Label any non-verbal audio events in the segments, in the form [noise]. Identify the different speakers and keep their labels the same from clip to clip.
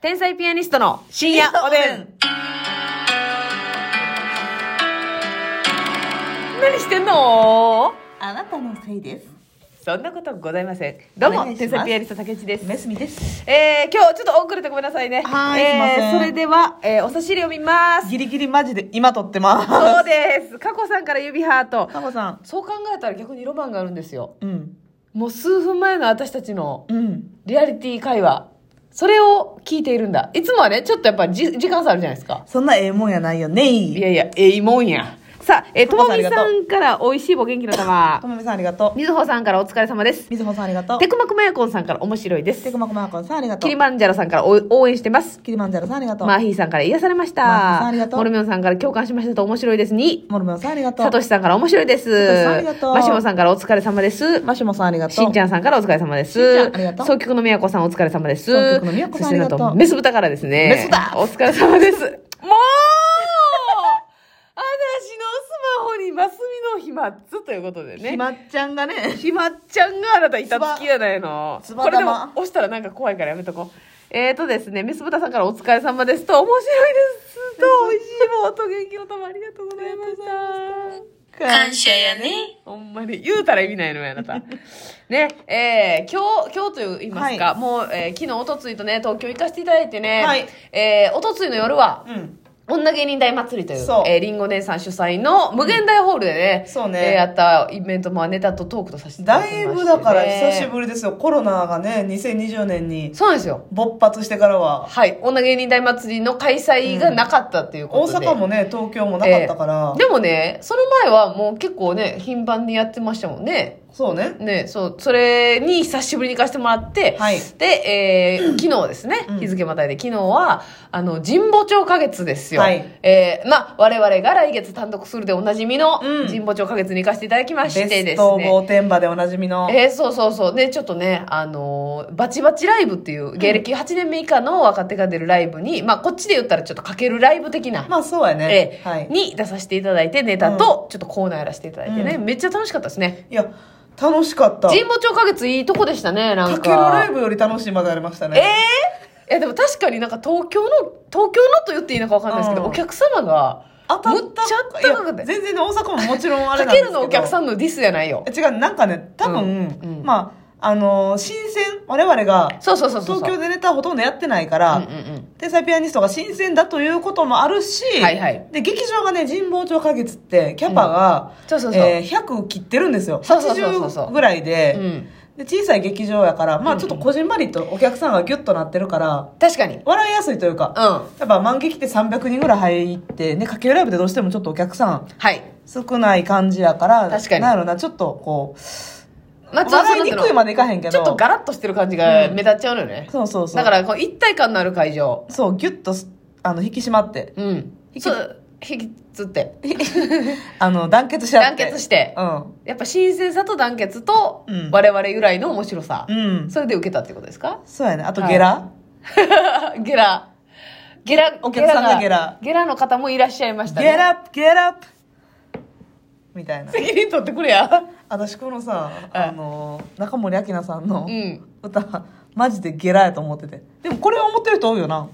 Speaker 1: 天才ピアニストの深夜おでん。何してんの
Speaker 2: あなたのせいです。
Speaker 1: そんなことございません。どう
Speaker 2: お
Speaker 1: も、
Speaker 2: 願いしま
Speaker 1: 天
Speaker 2: す
Speaker 1: 才ピアニスト竹内です。
Speaker 2: 梅みです。
Speaker 1: えー、今日ちょっと遅れてごめんなさいね。
Speaker 2: はい
Speaker 1: えー
Speaker 2: すいません
Speaker 1: それでは、えー、お差し入れを見ます。
Speaker 2: ギリギリマジで今撮ってます。
Speaker 1: そうです。佳子さんから指ハート。
Speaker 2: タコさん。
Speaker 1: そう考えたら逆にロマンがあるんですよ。
Speaker 2: うん。
Speaker 1: もう数分前の私たちの
Speaker 2: うん。
Speaker 1: リアリティ会話。それを聞いているんだ。いつもはね、ちょっとやっぱじ時間差あるじゃないですか。
Speaker 2: そんなええもんやないよね
Speaker 1: い
Speaker 2: い。
Speaker 1: やいや、えいもんや。さあ、えー、と
Speaker 2: パパ
Speaker 1: も
Speaker 2: さん
Speaker 1: みさ
Speaker 2: あり
Speaker 1: んから、美味しい棒元気の玉
Speaker 2: と。めみさんありがとう。
Speaker 1: みずほさんからお疲れ様です。
Speaker 2: みずほさんありがとう
Speaker 1: テ。クマクマヤコンさんから面白いで
Speaker 2: て
Speaker 1: す。
Speaker 2: くまこまこさんありがと
Speaker 1: キ
Speaker 2: う
Speaker 1: リ。マンジャロさんからお応援してます。
Speaker 2: キリマンジャロさんありがとう
Speaker 1: マ。ーヒーさんから癒されました。
Speaker 2: マーヒーさんありがとう
Speaker 1: モルミョンさんから共感しましたと面白いですに。
Speaker 2: モルモンさんありがとう。
Speaker 1: サトシさんから面白いで
Speaker 2: トシ
Speaker 1: す
Speaker 2: さんありが。とう
Speaker 1: マシモさんからお疲れ様です。
Speaker 2: マシモさんありがと
Speaker 1: し
Speaker 2: う。
Speaker 1: んちゃんさんからお疲れ様で
Speaker 2: しんちゃ
Speaker 1: す
Speaker 2: んありがと。う
Speaker 1: 総局のみやこさんお疲れ様です。
Speaker 2: 総局のみやこさんありがと
Speaker 1: そし
Speaker 2: う
Speaker 1: てなんメス豚からですね。
Speaker 2: メスだ
Speaker 1: お疲れ様です。もう私のスマホにマスミの飛沫ということでね。
Speaker 2: ひまっちゃんがね。
Speaker 1: ひまっちゃんがあなたいたつきやないの。
Speaker 2: つば
Speaker 1: これでも
Speaker 2: つば玉
Speaker 1: 押したらなんか怖いからやめとこう。えーとですね、メス豚さんからお疲れ様ですと、面白いです [laughs] と、美味しいもんと元気の玉ありがとうございました。
Speaker 2: 感謝やね。
Speaker 1: ほんまに言うたら意味ないのよあな
Speaker 2: [laughs]
Speaker 1: たねえー今日今日と言いますか、
Speaker 2: は
Speaker 1: もう、えー昨日おとついとね東京行かせていただいてね、
Speaker 2: はい
Speaker 1: えーおとついの夜は
Speaker 2: うん。
Speaker 1: 女芸人大祭りという
Speaker 2: そう
Speaker 1: えーりんご姉さん主催の無限大ホールでね,、
Speaker 2: そうね
Speaker 1: えーやったイベントもネタとトークとさせていただ
Speaker 2: だ
Speaker 1: きまし
Speaker 2: い
Speaker 1: て、ね、
Speaker 2: ぶだから久しぶりですよ。コロナがね、2020年に
Speaker 1: そうなんですよ
Speaker 2: 勃発してからは。
Speaker 1: はい女芸人大祭りの開催がなかったっていうこ
Speaker 2: 大
Speaker 1: とで、
Speaker 2: 阪もね、東京もなかったから。
Speaker 1: でもねその前はもう結構ね頻繁にやってましたもんね
Speaker 2: そうね。
Speaker 1: ね、そう、それに久しぶりに行かせてもらって、
Speaker 2: はい
Speaker 1: で、えー
Speaker 2: [clears throat]
Speaker 1: 昨日ですね、
Speaker 2: うん
Speaker 1: 日付またいで、昨日は、あの、神保町花月ですよ。
Speaker 2: はい
Speaker 1: えーまあ、我々が来月単独するでおなじみの、
Speaker 2: うん
Speaker 1: 神保町花月に行かせていただきましてですね。
Speaker 2: ベスト某天場でおなじみの。
Speaker 1: えーそうそうそう。で、ちょっとね、あのーバチバチライブっていう、芸歴8年目以下の若手が出るライブに、まあ、こっちで言ったらちょっとかけるライブ的な、
Speaker 2: まあそうやね
Speaker 1: え。ー
Speaker 2: はい。
Speaker 1: に出させていただいて、ネタと、ちょっとコーナーやらせていただいてね、
Speaker 2: う
Speaker 1: めっちゃ楽しかったですね。
Speaker 2: いや、楽しかった。
Speaker 1: 神保町花月いいとこでしたね、なんか。
Speaker 2: かけるライブより楽しいまでありました
Speaker 1: え
Speaker 2: ね。
Speaker 1: えいやでも確かになんか東京の、東京のと言っていいのかわかんないですけど、
Speaker 2: うん
Speaker 1: お客様が、
Speaker 2: 当た
Speaker 1: むっちゃあったかく
Speaker 2: いや
Speaker 1: て。
Speaker 2: 全然ね、大阪ももちろんあれ
Speaker 1: か
Speaker 2: なんで
Speaker 1: け
Speaker 2: す
Speaker 1: る
Speaker 2: けど。
Speaker 1: のお客さ
Speaker 2: ん。
Speaker 1: んのディスやないよ。
Speaker 2: 違う、なんかね、多分、
Speaker 1: うんうん
Speaker 2: まあ、あのー新鮮、我々が、
Speaker 1: そうそうそうそう。
Speaker 2: 東京でネタほとんどやってないから、
Speaker 1: うんうんうん。
Speaker 2: 天才ピアニストが新鮮だということもあるし、
Speaker 1: はいはい
Speaker 2: で、劇場がね、神保町花月って、キャパが、
Speaker 1: そうそうそう。
Speaker 2: えー100切ってるんですよ。
Speaker 1: そうそうそうそうそう
Speaker 2: 80ぐらいで、
Speaker 1: うん。
Speaker 2: で小さい劇場やから、まあちょっとこじんまりとお客さんがギュッとなってるから、
Speaker 1: 確かに。うん。
Speaker 2: 笑いやすいというか、
Speaker 1: は
Speaker 2: やっぱ満劇って300人ぐらい入って、ね、かけるライブでどうしてもちょっとお客さん
Speaker 1: い。
Speaker 2: 少ない感じやから、
Speaker 1: 確かに
Speaker 2: なるな、ちょっとこう、
Speaker 1: ま
Speaker 2: 笑いにくいま
Speaker 1: で
Speaker 2: でいかへんけど、
Speaker 1: ちょっとガラッとしてる感じが目立っちゃうのよね。
Speaker 2: そうそうそう。
Speaker 1: だから、こう、一体感のある会場。
Speaker 2: そう、ギュッとす、あの、引き締まって、
Speaker 1: うん。
Speaker 2: 引き
Speaker 1: そう、引きつって。
Speaker 2: あの、団結し合っ
Speaker 1: 団
Speaker 2: て。
Speaker 1: 結して。やっぱ新鮮さと団結と
Speaker 2: う、ん
Speaker 1: 我々由来の面白さ
Speaker 2: う。ん。うん。
Speaker 1: それで受けたってことですか
Speaker 2: そうやね。あと、
Speaker 1: はい
Speaker 2: ゲラ、
Speaker 1: [laughs] ゲラ。ゲラ、
Speaker 2: お客さんがゲラ
Speaker 1: がゲラの方もいらっしゃいましたね。
Speaker 2: ゲラップ、ゲラップみたいな。
Speaker 1: 責任取ってくれや。
Speaker 2: 私このさ、あの、中森明菜さんの
Speaker 1: うん。
Speaker 2: 歌、マジでゲラやと思ってて。でもこれ思ってる人多いよな。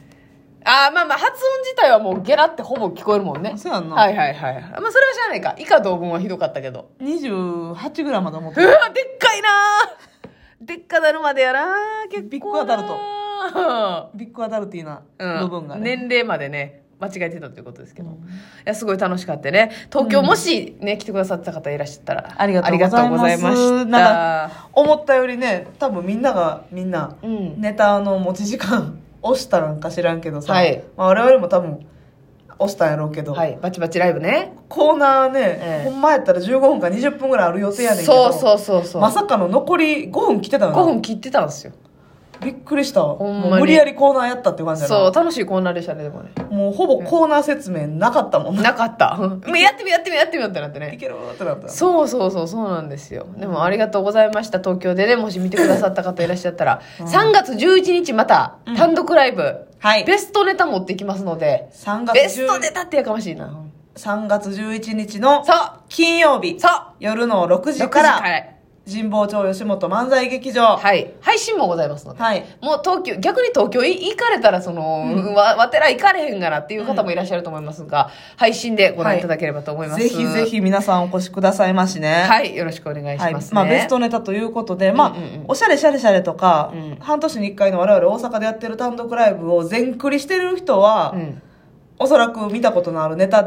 Speaker 1: あーまあまあ、発音自体はもうゲラってほぼ聞こえるもんね。
Speaker 2: そうやんな
Speaker 1: はいはいはい。まあそれはしゃあないか。以下同文はひどかったけど。
Speaker 2: 28ぐらいまで思っ
Speaker 1: う
Speaker 2: てる。
Speaker 1: わ、でっかいなーでっかなるまでやなー結構なー。
Speaker 2: ビッグアダルトビッグアダルティーな
Speaker 1: うん。
Speaker 2: 部分がね。
Speaker 1: 年齢までね。間違えてたということですけど、
Speaker 2: うん
Speaker 1: いやすごい楽しかったね東京もしね、来てくださった方いらっしゃったら
Speaker 2: ありがとうございます
Speaker 1: ありがとうございました
Speaker 2: なん思ったよりね、多分みんながみんな、
Speaker 1: うん
Speaker 2: ネタの持ち時間 [laughs] 押したなんか知らんけどさ、
Speaker 1: はい
Speaker 2: まあ、我々も多分押したんやろうけど、
Speaker 1: はいバチバチライブね
Speaker 2: コーナーね、
Speaker 1: ええ
Speaker 2: ほんまやったら15分か20分ぐらいある予定やねんけ
Speaker 1: そ
Speaker 2: ど
Speaker 1: うそうそうそう
Speaker 2: まさかの残り5分来てたよな
Speaker 1: 5分切ってたんですよ
Speaker 2: びっくりしたわ
Speaker 1: ほんまに
Speaker 2: もう無理やりコーナーやったって感じやな
Speaker 1: そう楽しいコーナーでしたねでもね
Speaker 2: もうほぼコーナー説明なかったもんな、
Speaker 1: なかったも [laughs] うやってみようやってみようやってみようってなって
Speaker 2: い
Speaker 1: ね
Speaker 2: けるってなった
Speaker 1: そうそうそうそうなんですよでもありがとうございました東京でねもし見てくださった方いらっしゃったら、3月11日また単独ライブ、
Speaker 2: はい
Speaker 1: ベストネタ持ってきますので
Speaker 2: 3月
Speaker 1: ベスト
Speaker 2: 10
Speaker 1: ネタってやかましいな
Speaker 2: 3月11日の
Speaker 1: そう
Speaker 2: 金曜日
Speaker 1: そう
Speaker 2: 夜の6時
Speaker 1: 6
Speaker 2: から
Speaker 1: 時から
Speaker 2: 神保町吉本漫才劇場。はい。
Speaker 1: はい。配信もございますので。もう東京、逆に東京い行かれたら、その、わ、わてら行かれへんからっていう方もいらっしゃると思いますが、配信でご覧いただければと思います。
Speaker 2: ぜひぜ。ひ皆さんお越しくださいましね。
Speaker 1: はい。よろしくお願い
Speaker 2: は
Speaker 1: し
Speaker 2: い
Speaker 1: ます、ね
Speaker 2: まあ、ベストネタということで、まあ
Speaker 1: うんうんうん
Speaker 2: おしゃれしゃれしゃれとか、
Speaker 1: うん
Speaker 2: 半年に1回の我々大阪でやってる単独ライブを全クリしてる人は、
Speaker 1: うん。
Speaker 2: おそらく見たことのあるネタ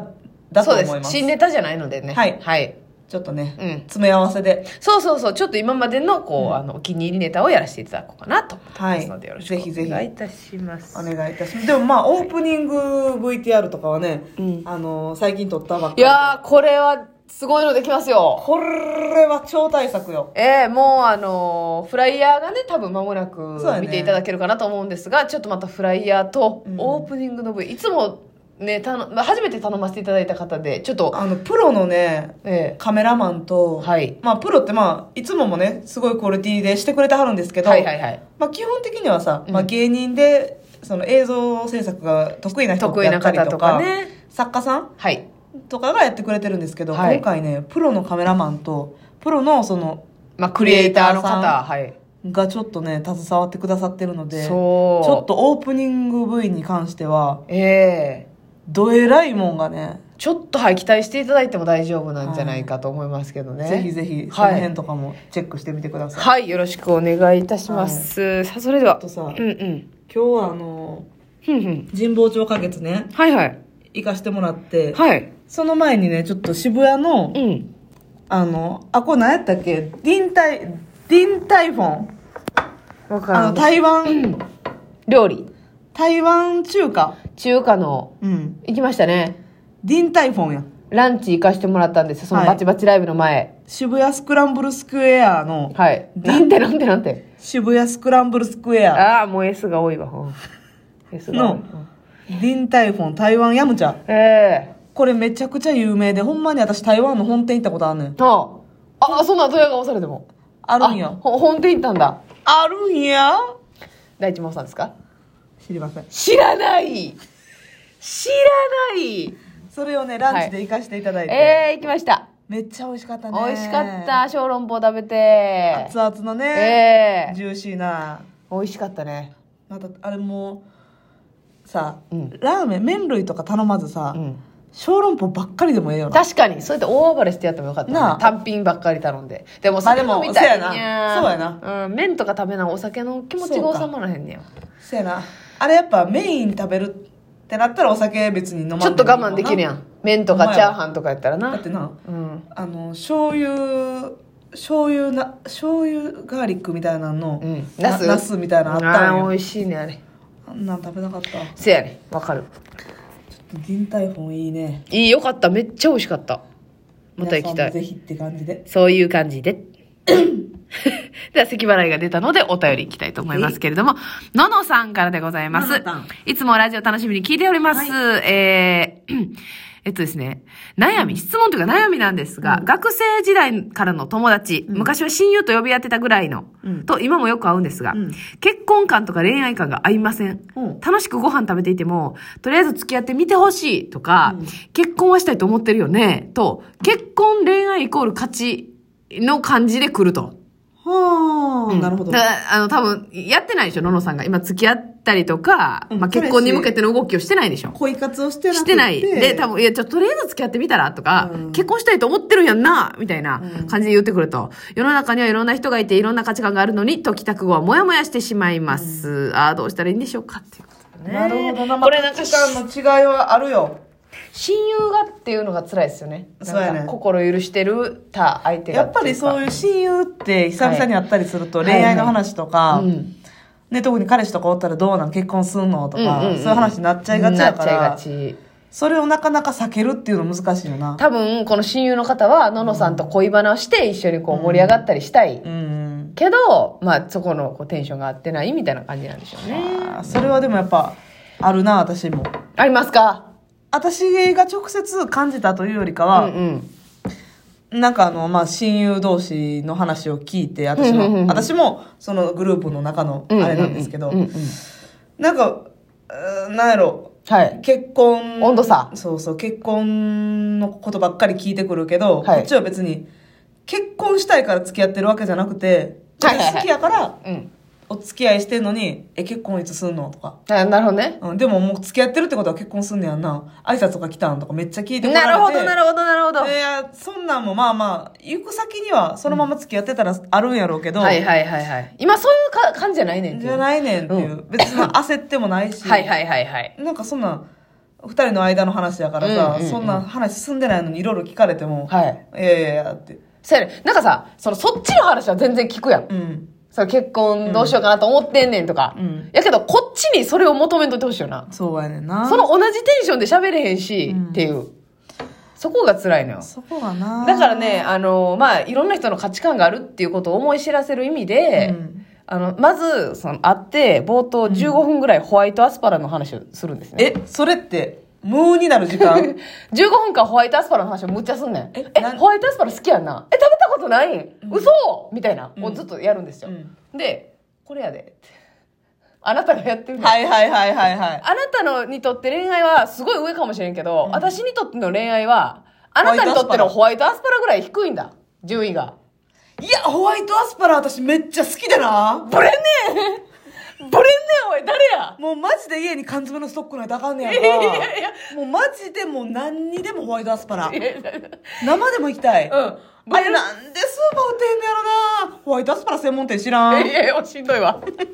Speaker 2: だと
Speaker 1: そう
Speaker 2: 思
Speaker 1: で
Speaker 2: います
Speaker 1: す。新ネタじゃないのでね。
Speaker 2: はい
Speaker 1: はい。
Speaker 2: ちょっとね、
Speaker 1: うん
Speaker 2: 詰め合わせで、
Speaker 1: そうそうそう。ちょっと今までの、こう、あの、お気に入りネタをやらせていただこうかなと思ってますので、
Speaker 2: は
Speaker 1: よろ
Speaker 2: い
Speaker 1: しくお
Speaker 2: ぜひぜひ
Speaker 1: 願いいたします。
Speaker 2: お願いいたしますでもまあオープニング VTR とかはね、
Speaker 1: うん
Speaker 2: あのー最近撮ったばっか
Speaker 1: い
Speaker 2: り
Speaker 1: やー、これは、すごいのできますよ。
Speaker 2: これは超大作よ
Speaker 1: ええもうあのーフライヤーがね多分間もなく
Speaker 2: そうやね
Speaker 1: 見ていただけるかなと思うんですが、ちょっとまたフライヤーと
Speaker 2: うん
Speaker 1: オープニングの部位、いつもねたの初めて頼ませていただいた方でちょっと
Speaker 2: あのプロのね
Speaker 1: え
Speaker 2: カメラマンと、
Speaker 1: えはい
Speaker 2: まあプロってまあいつももねすごいクオリティでしてくれてはるんですけど、
Speaker 1: はいはいはい
Speaker 2: まあ、基本的にはさ、
Speaker 1: うん
Speaker 2: まあ、芸人でその映像制作が得意な人
Speaker 1: 得意
Speaker 2: や
Speaker 1: な
Speaker 2: ったり
Speaker 1: 方
Speaker 2: と
Speaker 1: と
Speaker 2: か
Speaker 1: かね
Speaker 2: 作家さん
Speaker 1: はい
Speaker 2: とかがやってくれてるんですけど、
Speaker 1: はい
Speaker 2: 今回ねプロのカメラマンとプロのその
Speaker 1: まあクリエイターの
Speaker 2: クリエイター
Speaker 1: 方はい
Speaker 2: がちょっとね携わってくださってるので
Speaker 1: そう
Speaker 2: ちょっとオープニング部位に関しては
Speaker 1: ええ
Speaker 2: どえらいもんがね
Speaker 1: ちょっとはい期待していただいても大丈夫なんじゃないかと思いますけどね、
Speaker 2: ぜひぜひそ
Speaker 1: は
Speaker 2: の
Speaker 1: い
Speaker 2: 辺とかもチェックしてみてください、
Speaker 1: はいよろしくお願いいたします、さあそれでは
Speaker 2: あとさ
Speaker 1: うんうん
Speaker 2: 今日はあの
Speaker 1: ふんふん
Speaker 2: 神保町花月ね
Speaker 1: はいはい
Speaker 2: 行かしてもらって、
Speaker 1: はい
Speaker 2: その前にねちょっと渋谷の
Speaker 1: うん
Speaker 2: あの、あ、これ何やったっけディンタイ、ディンタイフォン。
Speaker 1: わか
Speaker 2: あの、台湾、
Speaker 1: 料理
Speaker 2: 台湾中華。
Speaker 1: 中華の
Speaker 2: うん。
Speaker 1: 行きましたね
Speaker 2: ディンタイフォンや。
Speaker 1: ランチ行かしてもらったんですよその
Speaker 2: はい
Speaker 1: バチバチライブの前
Speaker 2: 渋谷スクランブルスクエアの、
Speaker 1: はい、なんてなんてなんて
Speaker 2: 渋谷スクランブルスクエア
Speaker 1: ああもう S が多いわ、うん S が多い、
Speaker 2: のディンタイフォン台湾ヤムチャ。
Speaker 1: ええ
Speaker 2: これめちゃくちゃ有名で、ほんまに私台湾の本店行ったことあんねん。
Speaker 1: とああそんなドヤ顔されても
Speaker 2: あるんや。
Speaker 1: ほ本店行ったんだ
Speaker 2: あるんや
Speaker 1: 大地真央さんですか
Speaker 2: 知りません。
Speaker 1: 知らない知らない
Speaker 2: それをね、ランチで行かせていただいて。
Speaker 1: ええ行きました
Speaker 2: めっちゃ美味しかったね。
Speaker 1: 美味しかっ。た小籠包食べて
Speaker 2: 熱々のね、
Speaker 1: ええ
Speaker 2: ジューシーな。
Speaker 1: 美味しかったね
Speaker 2: またあれもさ、
Speaker 1: うん
Speaker 2: ラーメン麺類とか頼まずさ、
Speaker 1: うん
Speaker 2: 小籠包ばっかりでもええ [laughs] よな
Speaker 1: 確かにそうやって大暴れしてやってもよかったね、
Speaker 2: なあ
Speaker 1: 単品ばっかり頼んででも
Speaker 2: ま
Speaker 1: そ
Speaker 2: あで
Speaker 1: れ
Speaker 2: も
Speaker 1: もみたいに
Speaker 2: そうや
Speaker 1: ゃ
Speaker 2: なそうやな
Speaker 1: うん、麺とか食べなお酒の気持ちが収まらへんねや
Speaker 2: せやなあれやっぱメイン食べるってなったらお酒別に飲まん
Speaker 1: ちょっと我慢できるや
Speaker 2: ん
Speaker 1: ん麺と
Speaker 2: ほんま
Speaker 1: か
Speaker 2: や
Speaker 1: チャーハンとかやったら
Speaker 2: だ
Speaker 1: な
Speaker 2: ってな
Speaker 1: うん
Speaker 2: あの醤油醤油な醤油ガーリックみたいなの
Speaker 1: うん
Speaker 2: な
Speaker 1: ナス
Speaker 2: ナスみたいなのあった
Speaker 1: あ
Speaker 2: ん
Speaker 1: ー
Speaker 2: よ
Speaker 1: 美味しいねあれ
Speaker 2: あんなん食べなかったちょっ
Speaker 1: せやねわかる
Speaker 2: とディンタイフォンいいね
Speaker 1: いいよかっためっちゃ美味しかったまた行きた
Speaker 2: 皆さんもぜ
Speaker 1: い
Speaker 2: ひって感じで
Speaker 1: そういう感じ [coughs] ででは咳払いが出たのでお便りいきたいと思いますけれどもののさんからでございま
Speaker 2: の
Speaker 1: す
Speaker 2: のさん
Speaker 1: いつもラジオ楽しみに聞いております。えー [coughs] えっとですね、悩み、質問というか悩みなんですが、学生時代からの友達、昔は親友と呼び合ってたぐらいの、
Speaker 2: うん
Speaker 1: と今もよく会うんですが、
Speaker 2: うん
Speaker 1: 結婚感とか恋愛感が合いません。
Speaker 2: うん
Speaker 1: 楽しくご飯食べていても、とりあえず付き合ってみてほしいとか、
Speaker 2: うん
Speaker 1: 結婚はしたいと思ってるよね、と、結婚恋愛イコール勝ちの感じで来ると。
Speaker 2: はあ、
Speaker 1: うん
Speaker 2: なるほど
Speaker 1: だからあの、多分、やってないでしょ、ののさんが。今、付き合ったりとか、
Speaker 2: うん
Speaker 1: まあ、結婚に向けての動きをしてないでしょ。
Speaker 2: 恋活をしてなくて
Speaker 1: してない。で、多分、いや、ちょ、とりあえず付き合ってみたらとか、
Speaker 2: うん
Speaker 1: 結婚したいと思ってるんやんな、みたいな
Speaker 2: うん
Speaker 1: 感じで言ってくると、世の中にはいろんな人がいて、いろんな価値観があるのに、と帰宅後はモヤモヤしてしまいます。ああ、どうしたらいいんでしょうか、っていうことね。
Speaker 2: なるほどな、ま
Speaker 1: こ
Speaker 2: あ、
Speaker 1: れなんか
Speaker 2: 価、値観の違いはあるよ
Speaker 1: 親友がっていうのが辛いですよね。なんか
Speaker 2: そうやね
Speaker 1: 心許してるた相手が
Speaker 2: やっぱりそう
Speaker 1: いう
Speaker 2: いう親友って久々に会ったりすると
Speaker 1: はい
Speaker 2: 恋愛の話とか、
Speaker 1: か。うん。
Speaker 2: ね、特に彼氏とかおったらどうなん結婚すんのとか、
Speaker 1: うんうんうん
Speaker 2: そういう話になっちゃいがち
Speaker 1: な
Speaker 2: や
Speaker 1: っ
Speaker 2: か
Speaker 1: ちゃいが
Speaker 2: ら
Speaker 1: ち。
Speaker 2: それをなかなか避けるっていうの難しいよな
Speaker 1: 多分この親友の方はののさんと恋バナをして一緒にこう盛り上がったりしたい
Speaker 2: うん、
Speaker 1: けど、まあ、そこのこうテンションが合ってないみたいな感じなんでしょうね
Speaker 2: あーそれはでもやっぱあるな私も
Speaker 1: ありますか
Speaker 2: 私が直接感じたというよりか
Speaker 1: うん
Speaker 2: は、
Speaker 1: うん
Speaker 2: なんかあの、まあ、親友同士の話を聞いて私
Speaker 1: うんうんう
Speaker 2: も
Speaker 1: ん
Speaker 2: 私もそのグループの中のあれなんですけど、
Speaker 1: うんうんうん
Speaker 2: なんか、うーなんやろ、
Speaker 1: はい
Speaker 2: 結婚。
Speaker 1: 温度差
Speaker 2: そうそう、結婚のことばっかり聞いてくるけど、
Speaker 1: はい
Speaker 2: こっちは別に、結婚したいから付き合ってるわけじゃなくて、
Speaker 1: はいはいはい
Speaker 2: 好きやから
Speaker 1: うん。
Speaker 2: お付き合いしてんのに、え、結婚いつすんのとか。
Speaker 1: あなるほどね。
Speaker 2: うん、でももう付き合ってるってことは結婚すんねやんな。挨拶とか来たんとかめっちゃ聞いてこられて。
Speaker 1: なるほど、なるほど、なるほど。
Speaker 2: いや、そんなんもまあまあ、行く先にはそのまま付き合ってたらあるんやろうけど、
Speaker 1: はいはいはいはい。今そういうか感じじゃないねんって
Speaker 2: じ
Speaker 1: いう
Speaker 2: ゃないねんっていう。別に [laughs] 焦ってもないし。
Speaker 1: はいはいはいはい。
Speaker 2: なんかそんなん、二人の間の話やからさ、
Speaker 1: うんうんうん
Speaker 2: そんな話進んでないのにいろいろ聞かれても、
Speaker 1: はい。
Speaker 2: いやいやいやって。
Speaker 1: せやねなんかさ、そのそっちの話は全然聞くやん。
Speaker 2: うん。
Speaker 1: その結婚どうしようかなと思ってんねんとか。
Speaker 2: うん
Speaker 1: やけど、こっちにそれを求めんといてほしいよな。
Speaker 2: そうやねんな。
Speaker 1: その同じテンションで喋れへんし、
Speaker 2: うん
Speaker 1: っていう。そこが辛いのよ。
Speaker 2: そこがな。
Speaker 1: だからね、、あの、まあ、いろんな人の価値観があるっていうことを思い知らせる意味で、
Speaker 2: うん
Speaker 1: あの、まず、その、会って、冒頭15分ぐらいホワイトアスパラの話をするんですね。
Speaker 2: え、それって、無になる時
Speaker 1: [laughs]
Speaker 2: 間
Speaker 1: 15分間ホワイトアスパラの話をむっちゃすんねん。え
Speaker 2: え、なん
Speaker 1: ホワイトアスパラ好きやんな。え、食べたことないん、嘘みたいな。をずっとやるんですよ。
Speaker 2: うん
Speaker 1: で、これやで。ってあなたがやってるの。
Speaker 2: はいはいはいはいはい。
Speaker 1: あなたのにとって恋愛はすごい上かもしれんけど、私にとっての恋愛は、あなたにとってのホワイトアスパラぐらい低いんだ。順位が。
Speaker 2: いや、ホワイトアスパラ私めっちゃ好きでな。
Speaker 1: ブレんねんブレんねんおい誰や
Speaker 2: もうマジで家に缶詰のストックないとあかんねやん
Speaker 1: いやいやいや
Speaker 2: か。もうマジでもう何にでもホワイトアスパラ。
Speaker 1: いやいやい
Speaker 2: 生でも行きたい。
Speaker 1: やうん。
Speaker 2: あれなんでスーパー売ってんのやろなホワイトアスパラ専門店知らん。
Speaker 1: いやいや、しんどいわ。こんなや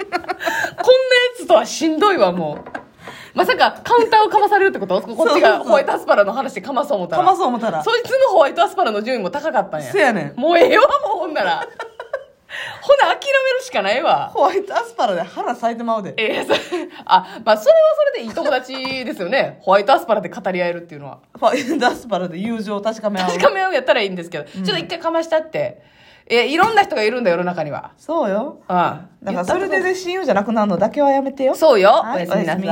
Speaker 1: つとはしんどいわ、もう。まさか、カウンターをかまされるってことこっち
Speaker 2: そう
Speaker 1: が
Speaker 2: そう
Speaker 1: ホワイトアスパラの話でかまそう思ったら。
Speaker 2: かまそう思ったら。
Speaker 1: そいつのホワイトアスパラの順位も高かったんや。
Speaker 2: せやねん。
Speaker 1: もうええわ、もうほんなら。ほな、諦めるしかないわ。
Speaker 2: ホワイトアスパラで腹咲いてまうで。
Speaker 1: ええそ [laughs] あ、まあ、それはそれでいい友達ですよね。ホワイトアスパラで語り合えるっていうのは。
Speaker 2: ホワイトアスパラで友情を確かめ合う。
Speaker 1: 確かめ合うやったらいいんですけど、ちょっと一回かましたって。え、いろんな人がいるんだよ、世の中には。
Speaker 2: そうよ。
Speaker 1: ああ
Speaker 2: だからそれでね、親友じゃなくなるのだけはやめてよ。
Speaker 1: そうよ、
Speaker 2: はい
Speaker 1: おやすみな
Speaker 2: おやす
Speaker 1: さい
Speaker 2: み。